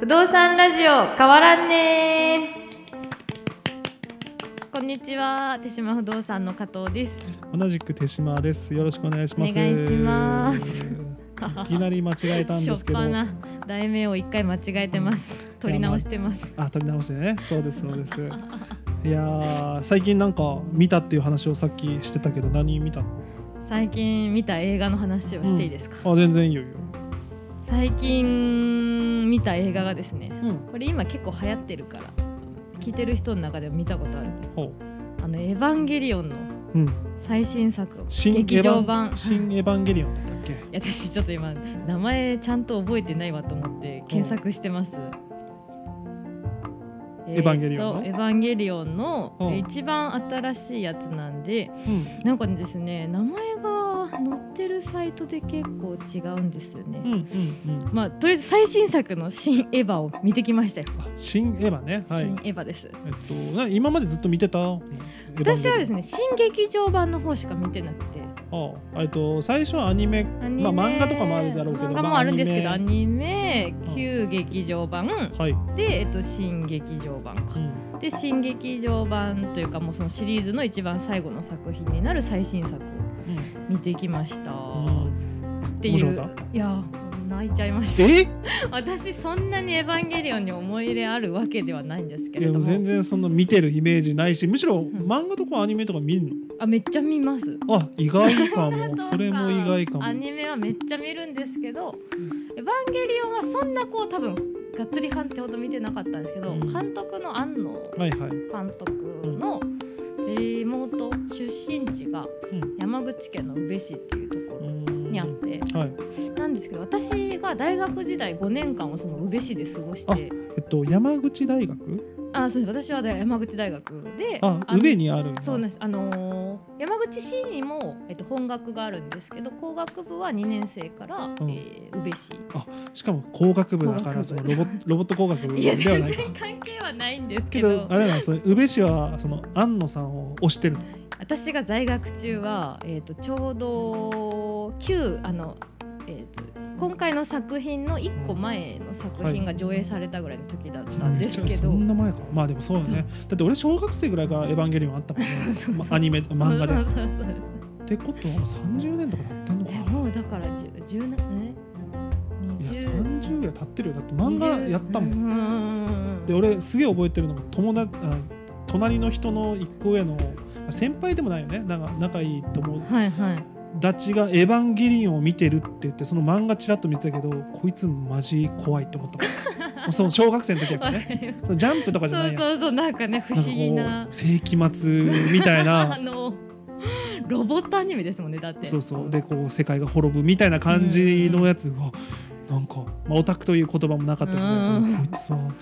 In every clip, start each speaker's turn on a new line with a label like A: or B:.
A: 不動産ラジオ変わらんねこんにちは手島不動産の加藤です
B: 同じく手島です。よろしくお願いします。
A: お願いします
B: いきなり間違えたん
A: し
B: で
A: ょっ
B: すけど。
A: ぱな題名を一回間違えてます取り直してます
B: あ、取り直してね。そうですそうです。いやー最近なんか見たっていう話をさっきしてたけど何見たの？
A: 最近見た映画の話をしていいですか、
B: あ全然いいよいいよ。
A: 最近見た映画がですね
B: うん。
A: これ今結構流行ってるから聞いてる人の中でも見たことある
B: ほ
A: あの「エヴァンゲリオン」の
B: う。うん。
A: 最新作を
B: 新エヴァン
A: 劇場版
B: 新エヴァンゲリオンだったっけ？
A: いや私ちょっと今名前ちゃんと覚えてないわと思って検索してます。
B: エヴァンゲリオンの
A: えーっとエヴァンゲリオンの
B: うん
A: 一番新しいやつなんで、
B: うん。
A: なんかですね名前が載ってるサイトで結構違うんですよね。
B: うんうんうん。
A: まあとりあえず最新作の新エヴァを見てきましたよ。
B: あ新エヴァね。はい。
A: 新エヴァです。
B: えっとな今までずっと見てた？
A: 私はです
B: ね。
A: ね新劇場版の方しか見てなくて、
B: あ、えっと最初はアニメ。
A: アニメ
B: まあ漫画とかもあるだろうけど
A: 漫画
B: ま
A: も
B: あ
A: あるんですけど、
B: ア
A: アニメ旧劇場版、
B: はい。
A: で、えっと、新劇場版か
B: う、ん。
A: で新劇場版というかもうそのシリーズの一番最後の作品になる最新作を
B: うん
A: 見てきました、っ
B: あ
A: てい
B: 面白
A: う
B: かっ
A: いや泣いちゃいまし
B: ー
A: た
B: え
A: 私そんなに「エヴァンゲリオン」に思い入れあるわけではないんですけ
B: い
A: れ
B: や
A: ど
B: もう
A: も
B: 全然その見てるイメージないしむしろ漫画とかアニメとか見る
A: あめっちゃ見ます
B: のあ意外か
A: なん
B: も
A: か
B: それも意外かも
A: アニメはめっちゃ見るんですけど「エヴァンゲリオン」はそんなこう多分がっつりファンってほど見てなかったんですけど、
B: うん
A: 監督の安野
B: はいはい
A: 監督の地元出身地が
B: うん
A: 山口県の宇部市っていうところにあって
B: はい
A: なんですけど私が大学時代5年間をその宇部市で過ごして
B: えっと山口大学
A: あそうです私はね山口大学で
B: あ
A: の
B: 宇部にあるんや
A: そうなんですあのー山口市にも、えっと、本学があるんですけど工学部は2年生から、
B: ん
A: えー宇部市
B: しかも工学部だから
A: 工
B: そ
A: 学部
B: のロボロボット工学
A: いや
B: で
A: 全
B: はないか
A: 然関係はないんですけ
B: け
A: ど
B: どあれなのその宇部市はその安野さんを推してるの
A: 私が在学中は、えー、とちょうど旧あの、えー、と今回の作品の1個前の作品が上映されたぐらいの時だったんです
B: め
A: け
B: っちゃ
A: ど、
B: そんな前かまあでもそうだねだって俺小学生ぐらいからエヴァンゲリオンあったもんね
A: そうそう
B: まアニメ漫画で
A: そうそうそうそう
B: ってことはもう30年とか経ってんのか
A: いや
B: な
A: もうだから10 10年ね
B: いや
A: 20
B: 30ぐらい経ってるよだって漫画やったもん
A: ん
B: で俺すげえ覚えてるのが友達あ隣の人の一個上の先輩でもないよねなんか仲いい友
A: はいはい
B: 達が「エヴァンゲリオン」を見てるって言ってその漫画ちらっと見てたけどこいつマジ怖いって思った もんもうその小学生の時だから
A: わか
B: ね
A: りま
B: そのジャンプとか
A: す
B: じゃな い
A: そう
B: や
A: そ
B: ん
A: うそうなんかね不思議
B: なん
A: な
B: かこう世紀末みたい
A: あ
B: な
A: のロボットアニメですもんねだって
B: そうそうでこう世界が滅ぶみたいな感じのやつがなんか、まあ、オタクという言葉もなかった時代
A: う
B: こいつはなん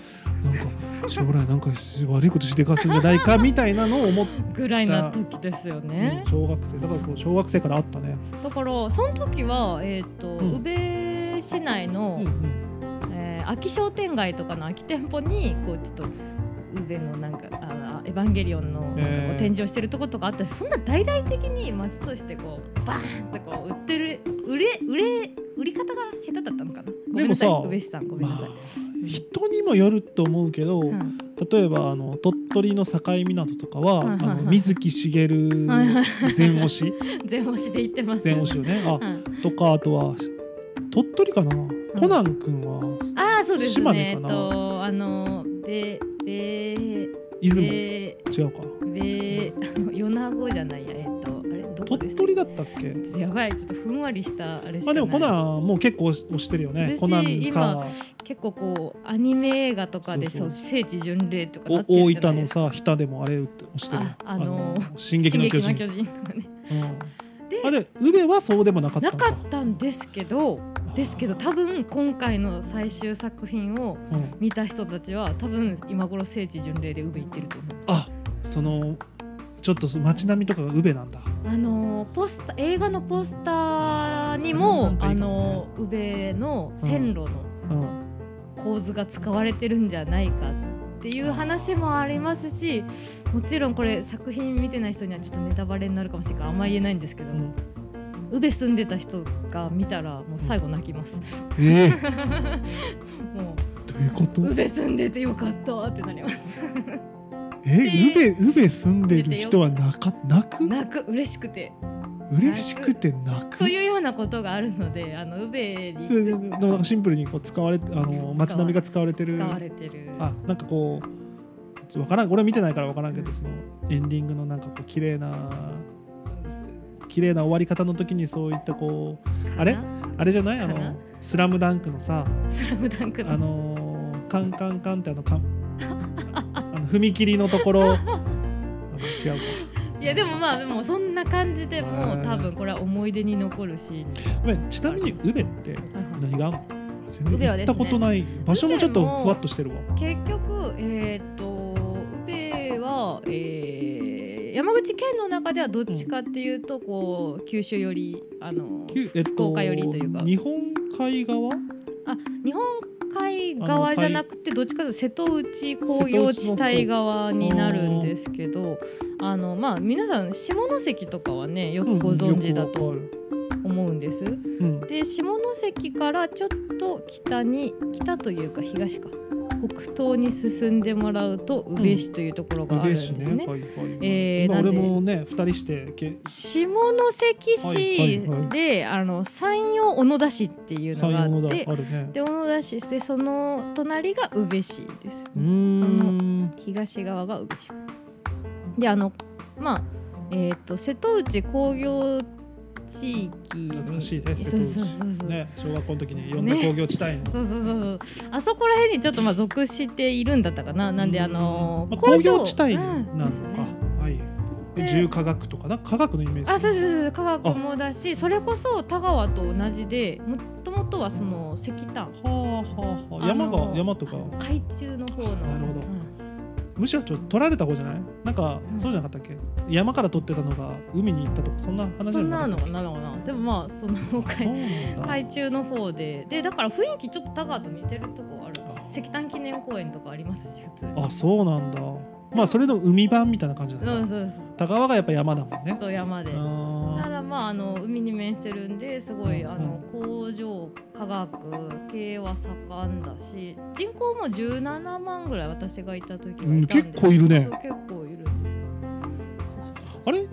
B: か将来なんか悪いことしでかすんじゃないかみたいなのを思って。
A: ぐらいな時ですよね、
B: うん小学生だからそう小学生からあったね。
A: だからその時は、えーと
B: ん
A: 宇部市内の、
B: うん
A: えー秋商店街とかの空き店舗にこうちょっと宇部のなんかあーエヴァンゲリオンのなんかこう
B: へー
A: 展示をしてるとことかあったし、そんな大々的に街としてこうバーンとこう売ってる売れ売れ売り方が下手だったのかなごめんなさい
B: でもさ
A: 宇部市さんごめん
B: ま
A: なさい
B: あ、人にもよると思うけど、
A: うん
B: 例えばあの鳥取の境港とかは、
A: はいはいはい
B: あの水木しげる
A: はいはい
B: 全推し
A: 全押しで言ってます
B: 全推しよね。あ
A: うん
B: とかあとは鳥取かな、コナン君は
A: ああそうです
B: 島
A: ね
B: 根
A: え
B: か
A: っ
B: な
A: とあのべべ
B: 出雲、
A: べ
B: 違うか
A: べあの米子じゃないやえっとあれどこで
B: 鳥
A: すか
B: 取だったっけ？
A: やばいちょっとふんわりしたあれし
B: ま
A: かな
B: あで
A: い
B: もコナンもう結構推してるよね。
A: 私
B: コナンか
A: 結構こうアニメ映画とかで
B: そ
A: そうう
B: そ
A: 聖地巡礼とかな
B: お
A: ってる
B: 大
A: じゃない
B: 分
A: で
B: の
A: すか
B: さ日田でもあれ推してるよ。
A: ああのー
B: 進撃の巨
A: 進
B: 人。
A: 撃の巨人とかね
B: うん
A: で
B: あで宇部はそうでもなかった
A: なん
B: だ
A: かったんですけどですけど
B: た
A: 多分今回の最終作品を
B: うん、
A: 見た人たちは多分今頃聖地巡礼で宇部行ってると思う
B: あそのちょっとその街並みとかが宇部なんだ
A: あのーポスタ映画のポスターに
B: あーそれもな
A: も
B: んかい
A: あ
B: いかも
A: のー宇部の線路の
B: うん
A: 構図が使われてるんじゃないかっていう話もありますしもちろんこれ作品見てない人にはちょっとネタバレになるかもしれないからあんまり言えないんですけど、
B: うん
A: 宇部住んでた人が見たらもう最後泣きます、
B: ええ
A: もう
B: どういうこと
A: 宇部住んでてよかったってなります。
B: え宇部宇部住んでる人はなか泣く
A: 泣く嬉しくて
B: 嬉しくて泣く
A: というようなことがあるので、あの宇部に
B: それででもなんかシンプルにこう使われてあの街並みが使われてる
A: 使われてる。
B: あなんかこうちょっとわからん俺は見てないからわからんけどそのエンディングのなんかこう綺麗な綺麗な終わり方の時にそういったこう
A: かな
B: あれあれじゃないあ
A: かな
B: の「スラムダンクのさ
A: スラムダンクの。
B: あのーカンカンカンってあ のかあの踏切のと ころあの違うか
A: いやでもまあでもそんな感じでもう多分これは思い出に残るシーン。
B: ごめんちなみに宇部って
A: はい
B: 何があんの全
A: 宇部
B: 然
A: は
B: 行
A: で
B: っ
A: す
B: た
A: ね
B: ことない、場所もちょっと
A: 宇部も
B: ふわっとしてるわ
A: 結局えっ、と宇部は、えー山口県の中ではどっちかっていうとこう九州よりあの
B: きゅえっと
A: 福岡寄りというか
B: 日本海側
A: あ日本海側じゃなくてどっちかというと瀬戸内工業地帯側になるんですけどあのまあ皆さん下関とかはねよくご存知だと思うんです。
B: うん
A: で下関からちょっと北に北というか東か北東に進んでもらうと宇部市というところがあるんですね。
B: 嬉しいはいはいはい
A: えー
B: 今
A: なんで
B: 俺もね二人してけ
A: 下関市で、
B: はいはい
A: あの山陽小野田市っていうの
B: 山
A: があ
B: 陽
A: っ
B: だ
A: て
B: あるね
A: で小野田市でその隣が宇部市ですね、
B: うーん
A: 東側が宇部市であのまあえっ、と瀬戸内工業地域に
B: 懐かしいね瀬
A: そ
B: 戸
A: う
B: 内
A: そうそうそう、
B: ね小学校の時に呼んだ工業地帯の、
A: そうそうそうそうあそこら辺にちょっとまあ属しているんだったかななんであの
B: まあ、
A: 工
B: 工
A: 場
B: 業地帯
A: う
B: なんの
A: です
B: か、
A: ね
B: はい
A: で
B: 重化学とかな科学のイメージ
A: あそうそうそうそう科学もだしそれこそ田川と同じでもともとはその石炭
B: はあはあはあ
A: あ
B: 山
A: の
B: が山とか
A: 海中の方の
B: なるほど
A: うん
B: むしろちょっと取られた方じゃないなんか、
A: うん
B: そうじゃなかったっけ山から取ってたのが海に行ったとかそんな話じ
A: そ
B: ゃ
A: ん
B: なか
A: な
B: っ
A: の
B: たっ
A: か
B: け
A: なのかなでもまあその
B: あそう
A: 海
B: なんだ、
A: 海中の方ででだから雰囲気ちょっと田川と似てるとこある
B: あ
A: 石炭記念公園とかありますし普通に
B: あそうなんだまあそれの海版みたいな感じなんだ
A: そうそうそう
B: 田川がやっぱ山だもんね。
A: そう山でな
B: あ
A: らまああの海に面してるんですごい
B: うん
A: あの工場科学系は盛んだし人口も17万ぐらい私がいた時はいたん
B: うん
A: で
B: 結構いるね
A: そう結構いるんです
B: ーあれ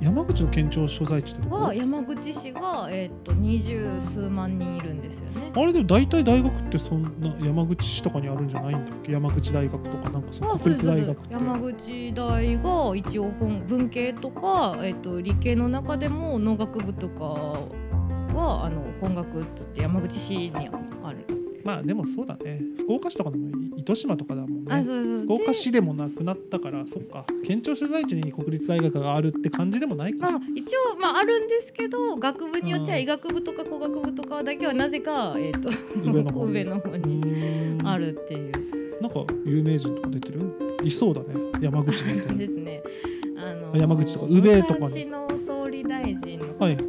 B: 山口の県庁所在地ってど
A: よ。
B: こ
A: は山口市がえっと二十数万人いるんですよね。
B: あれでも大体大学ってそんな山口市とかにあるんじゃないんだっけ山口大学とかなんかその
A: あ
B: 国立大学
A: そう
B: っ
A: そう
B: て
A: そう山口大が一応本文系とか、えっと理系の中でも農学部とかはあの本学って言って山口市にある。
B: まあでもそうだね福岡市とかでも糸島とかだもん
A: あ
B: ね
A: そうそう
B: 福岡
A: で
B: 市でもなくなったからそっか県庁所在地に国立大学があるって感じでもない
A: ま
B: か、
A: あ、一応、まあ、あるんですけど学部によっちゃ
B: うん
A: 医学部とか工学部とかだけはなぜか、えー、と
B: 上の方に
A: 上の方
B: う
A: に
B: ーん
A: あるっていう
B: なんか有名人とか出てるいそうだね山口み たいな
A: ですね。あの
B: 山口とか宇部とかに
A: 昔の総理大臣の
B: はい
A: 菅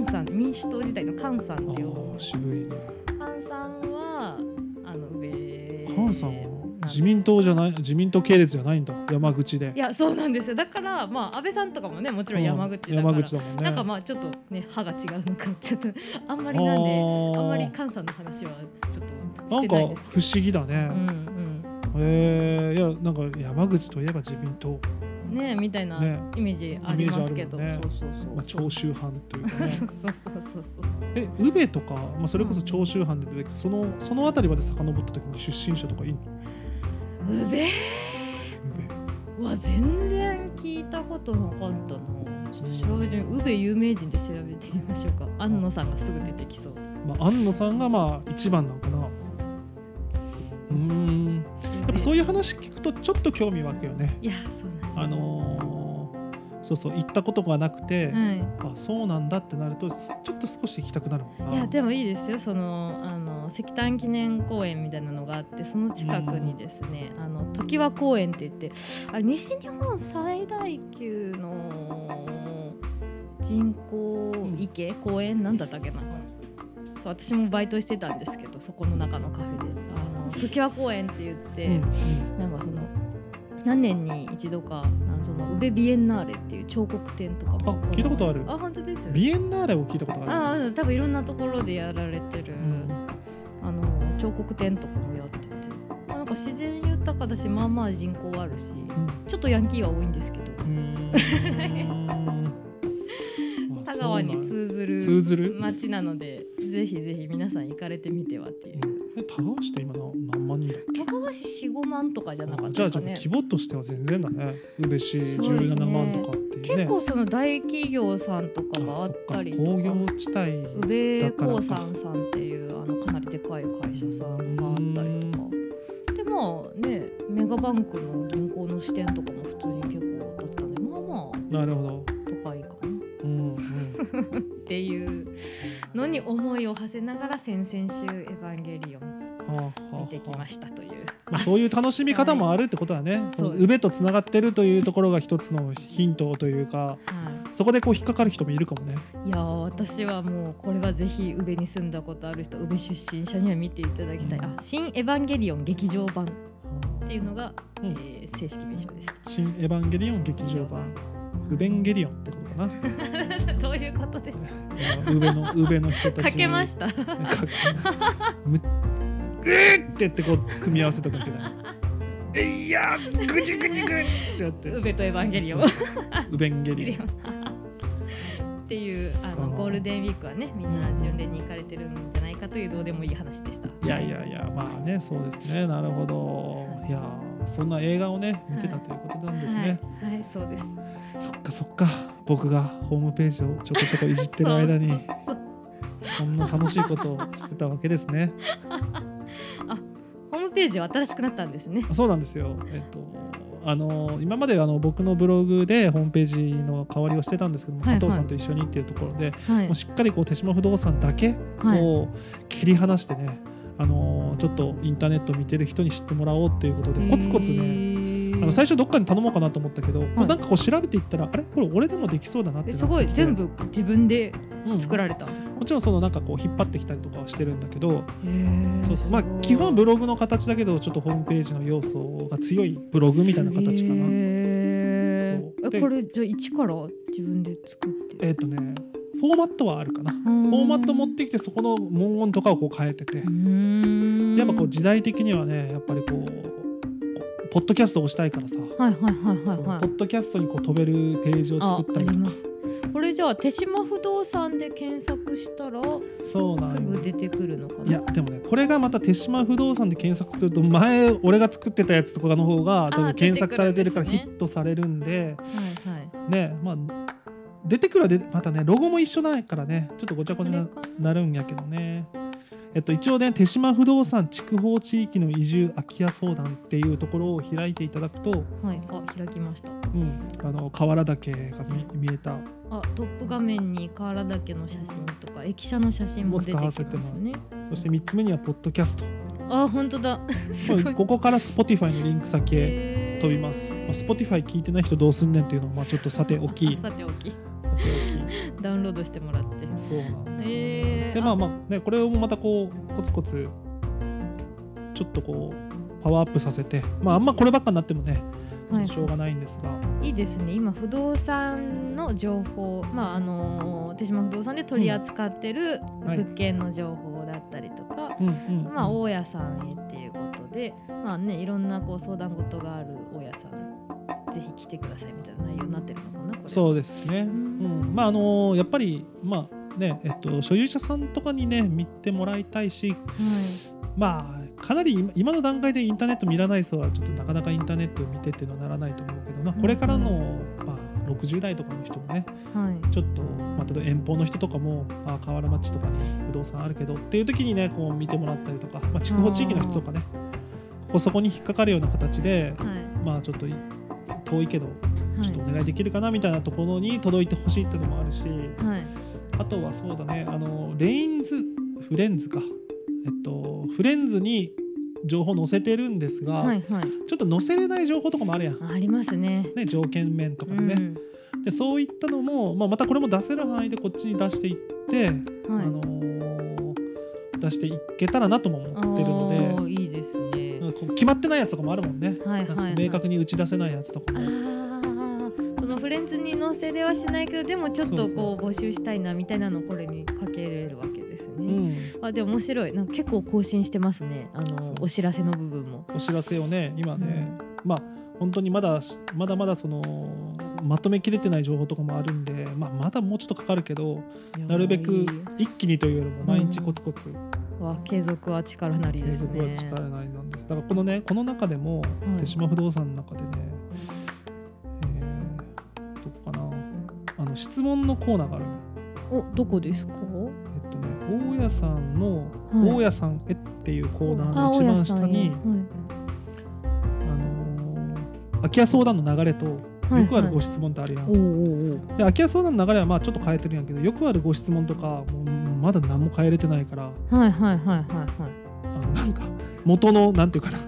A: 菅さん民主党時代の菅さんっていう
B: ああ渋いね
A: 菅さんはあの上
B: 菅さんは
A: なんです
B: 自民党じゃない自民党系列じゃないんだ山口で
A: いやそうなんですよだからまあ安倍さんとかもねもちろん山口だから、
B: うん山口だもんね
A: なんかまあちょっとね歯が違うのかちょっとあんまりなんであんまり
B: ー
A: 菅さんの話はちょっと
B: な
A: して
B: んか
A: ないです。
B: 不思議だね、
A: うん
B: えー、いやなんか山口といえば自民党、
A: うん、ねみたいな
B: ね
A: イメージありますけど、
B: イメージあるもんね
A: そうそうそう、
B: まあ、長州藩というか、ね
A: そう、そうそうそうそう
B: え宇部とか、まあ、それこそ長州藩で出てきてそのその辺りまで遡った時に出身者とかいんの
A: うべ
B: 宇
A: は全然聞いたことなかったなちょっと調べてみうべ有名人で調べてみましょうか安野さんがすぐ出てきそう
B: 部、まあ、安野さんがまあ一番なのかなうーんやっぱそういう話聞くとちょっと興味湧くよね
A: いやそうなん
B: あのーそうそう行ったことがなくて、
A: です、
B: あそうなんだってなるとすちょっと少し行きたくなるもん
A: は、
B: な
A: い
B: い
A: やでもいいですよそのあの石炭記念公園みたいなのがあってその近くにですね、あの常盤公園って言ってあれ西日本最大級の人工池、公園なんだったっけなそう私もバイトしてたんですけどそこの中のカフェであの常盤公園って言って、
B: うん
A: なんかその何年に一度かあのその宇部ビエンナーレっていう彫刻展とかも
B: あ聞いたことある
A: あ本当です
B: うんビエンナーレを聞いたことがある
A: ああ多分いろんなところでやられてる、
B: うん
A: あの彫刻展とかもやっててなんか自然豊かだしまあまあ人口あるしちょっとヤンキーは多いんですけど
B: うん。 あ
A: 田川に通ずる
B: 通ずる
A: 町なのでぜひぜひ皆さん行かれてみてはっていう
B: そうなんやうんえ田川市って今何何万人だっけ
A: 田川市45万とかじゃなかっ
B: じ
A: たか
B: ゃあじゃあ
A: ね
B: 規模としては全然だね。宇部市
A: そうですね
B: 17万とかっていうね。
A: 結構その大企業さんとかがあったり
B: あ
A: と
B: そっ
A: か
B: か工業地帯
A: 宇部興産さんっていうあのかなりでかい会社さんがあったりとかでまあねメガバンクの銀行の支店とかも普通に結構だったんでまあまあ
B: なるほど。
A: 都会かな
B: うんう
A: っ
B: ん。
A: ていうのに思いを馳せながら先々週「エヴァンゲリオン
B: はあ」はあ
A: 見てき
B: は
A: ましたという
B: あまあそういう楽しみ方もあるってことはね。そ
A: そ
B: の
A: うです
B: 宇部とつながってるというところが一つのヒントというか、
A: は
B: そこでこう引っかかる人もいるかもね。
A: いいやー私はもうこれはぜひ宇部に住んだことある人宇部出身者には見ていただきたい「あ新エヴァンゲリオン劇場版」っていうのが、
B: うん
A: えー正式名称でした。
B: 新エヴァンゲリオン劇場版ウベンゲリオンってこと かな。
A: どういうことですか
B: ウベのウベの人たち。
A: かけました。
B: かむえーってやってこう組み合わせただ けだ。えいやぐじゅぐじゅぐってやって。
A: ウベとエヴァンゲリオン。
B: そう。ウベンゲリオ ン。
A: っていうあの
B: そう
A: ゴールデンウィークはねみんな巡礼に行かれてるんじゃないかというどうでもいい話でした。
B: いやいやいやまあねそうですねなるほどいやそんな映画をね見てたということなんですね、
A: はい、はい、そうです。
B: そっかそっか僕がホームページをちょこちょこいじってる間に
A: そうそう
B: そんな楽しいことをしてたわけですね
A: ホームページは新しくなったんですね。
B: そうなんですよえっとあの今まであの僕のブログでホームページの代わりをしてたんですけども、
A: はいはい
B: 加藤さんと一緒にっていうところで、
A: はい
B: もう。しっかりこう手島不動産だけ
A: はい。
B: を切り離してね、あのちょっとインターネットを見てる人に知ってもらおうということでコツコツね、
A: ね
B: あの最初どっかに頼もうかなと思ったけど、まあ、なんかこう調べていったらあれこれ俺でもできそうだなって
A: え
B: なってきて
A: すごい全部自分で
B: うん
A: 作られたんですか。
B: もちろんそのなんかこう引っ張ってきたりとかはしてるんだけど
A: へー
B: そうそうまあ
A: すごい
B: 基本ブログの形だけどちょっとホームページの要素が強いブログみたいな形か
A: へ
B: な。
A: ー
B: そうで
A: えこれじゃあ一から自分で作って。
B: えっ、とねフォーマットはあるかな。
A: フ
B: フォ
A: ォ
B: ーマット持ってきてそこの文言とかをこう変えてて
A: ん
B: やっぱこう時代的にはねやっぱりこうこうポッドキャストをしたいからさ、
A: はいはいはいはい
B: そ
A: は
B: の
A: い
B: ポ。ッドキャストにこう飛べるページを
A: あ
B: 作ったり
A: あ
B: と
A: り
B: か
A: ますこれじゃあ手島不動産で検索したら
B: そうなんよ
A: すぐ出てくるのかない
B: やでもねこれがまた手島不動産で検索すると前俺が作ってたやつとかの方が多
A: あー
B: 分検索されてるから
A: 出
B: ヒ
A: てくるんですね
B: ットされるんで
A: はいはい
B: ねまあ出てくるはでまたねロゴも一緒ないからねちょっとごちゃごちゃな
A: これか
B: なるんやけどねえっと一応ね手島不動産筑豊地域の移住空き家相談っていうところを開いていただくと、
A: はいあ開きました
B: うん、あの河原岳が見見えた
A: あトップ画面に河原岳の写真とか駅舎の写真も出てきますね
B: そして3つ目にはポッドキャスト
A: あ本当 だすごい
B: まあここから Spotify のリンク先へ飛びます。まあ、Spotify 聞いてない人どうすんねんっていうのはまあちょっとさてお き。
A: さておき
B: さてお
A: ダウンロードしてもらって
B: きそうなんですよね、
A: えー
B: でまあまあねこれをまたこうコツコツちょっとこうパワーアップさせてまああんまこればっかになってもね、
A: はい
B: しょうがないんですが、
A: いいですね今不動産の情報、まああのー手島不動産で取り扱ってる
B: はい
A: 物件の情報だったりとか、
B: うんうんうん
A: まあ大家さんへっていうことでまあねいろんなこう相談事がある大家さんぜひ来てくださいみたいな内容になってるのかなこれ
B: そうですね、うん、まああのやっぱりまあねえっと所有者さんとかにね見てもらいたいし
A: は
B: まあかなり今今の段階でインターネット見らない人はちょっとなかなかインターネットを見てっていうのはならないと思うけど、まあ、これからの、まあ、60代とかの人もね
A: いはい
B: ちょっと、まあ、例えば遠方の人とかもあ河原町とかに不動産あるけどっていう時にねこう見てもらったりとか、まあ、筑豊地域の人とかねここそこに引っかかるような形で、
A: はい
B: まあちょっとい遠いけど
A: は
B: ちょっとお願いできるかなみたいなところに届いてほしいっていうのもあるし。
A: いはい
B: あとはそうだね、あのレインズ、フレンズか、えっと、フレンズに情報載せてるんですが、
A: はいはい
B: ちょっと載せれない情報とかもあるやん。
A: ありますね
B: ね、条件面とかでね、でそういったのも、まあ、またこれも出せる範囲でこっちに出していって、
A: うん、はい
B: あのー出していけたらなとも思ってる
A: あー
B: の
A: いいですね
B: でなんかこう決まってないやつとかもあるもんね、
A: はいはい、は
B: なん
A: い、
B: か明確に打ち出せないやつとか
A: あ
B: も、
A: ーそのフレンズに載せれはしないけどでもちょっと
B: そうそう
A: こう募集したいなみたいなのこれにかけれるわけです
B: う
A: ね。
B: ん、
A: あでも面白いなんか結構更新してますねあのお知らせの部分も
B: お知らせをね今ね、まあ本当にまだまだまだそのまとめきれてない情報とかもあるんで、まあ、まだもうちょっとかかるけど
A: いや
B: なるべく
A: もういい
B: 一気にというよりも毎日コツコツ
A: わ継続は力なり
B: 継
A: です
B: 続は
A: ね
B: 力なりなんです、だからこのねこの中でも
A: い
B: 手島不動産の中でね、えーどこかなあの質問のコーナーがある
A: おどこですか
B: えっとね大家さんの「
A: はい
B: 大家さんへ」っていうコーナー
A: あ
B: の一
A: 大家
B: 番
A: さ
B: 下
A: んへ
B: にあのー空き家相談の流れとよ
A: はい
B: くあるご質問ってあるやん、
A: はい、おうおうおう
B: で空き家相談の流れはまあちょっと変えてるんやけどよくあるご質問とかもうまだ何も変えれてないから
A: はいはいはいはいはい
B: あのなんか元のなんていうかな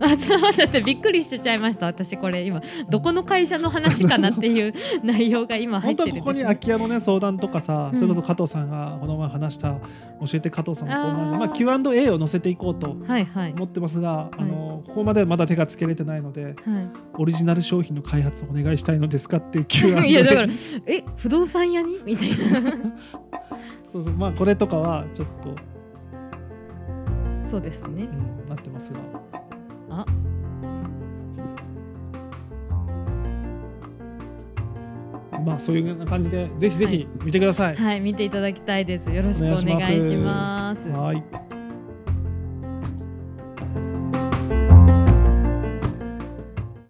A: あちょっと待ってびっくりしちゃいました私これ今どこの会社の話かなって いう内容が今入っ
B: 本当
A: て
B: は
A: るん
B: こ
A: です
B: こに空き家のね相談とかさ、
A: うん
B: それこそ加藤さんがこの前話した教えて加藤さんのコーナーで
A: あー
B: まあ、Q&A を載せていこうと
A: はいはい
B: 思ってますが、あのここまでまだ手がつけれてないの
A: は
B: でオリジナル商品の開発をお願いしたいのですかっていう Q&A
A: い、いやだからえ不動産屋にみたいな
B: そうそうまあこれとかはちょっと、
A: そうですね
B: うん、なってますが
A: あ
B: まあそういうような感じでぜひぜひ見てください。
A: はい見ていただきたいですよろしくお願いします
B: はい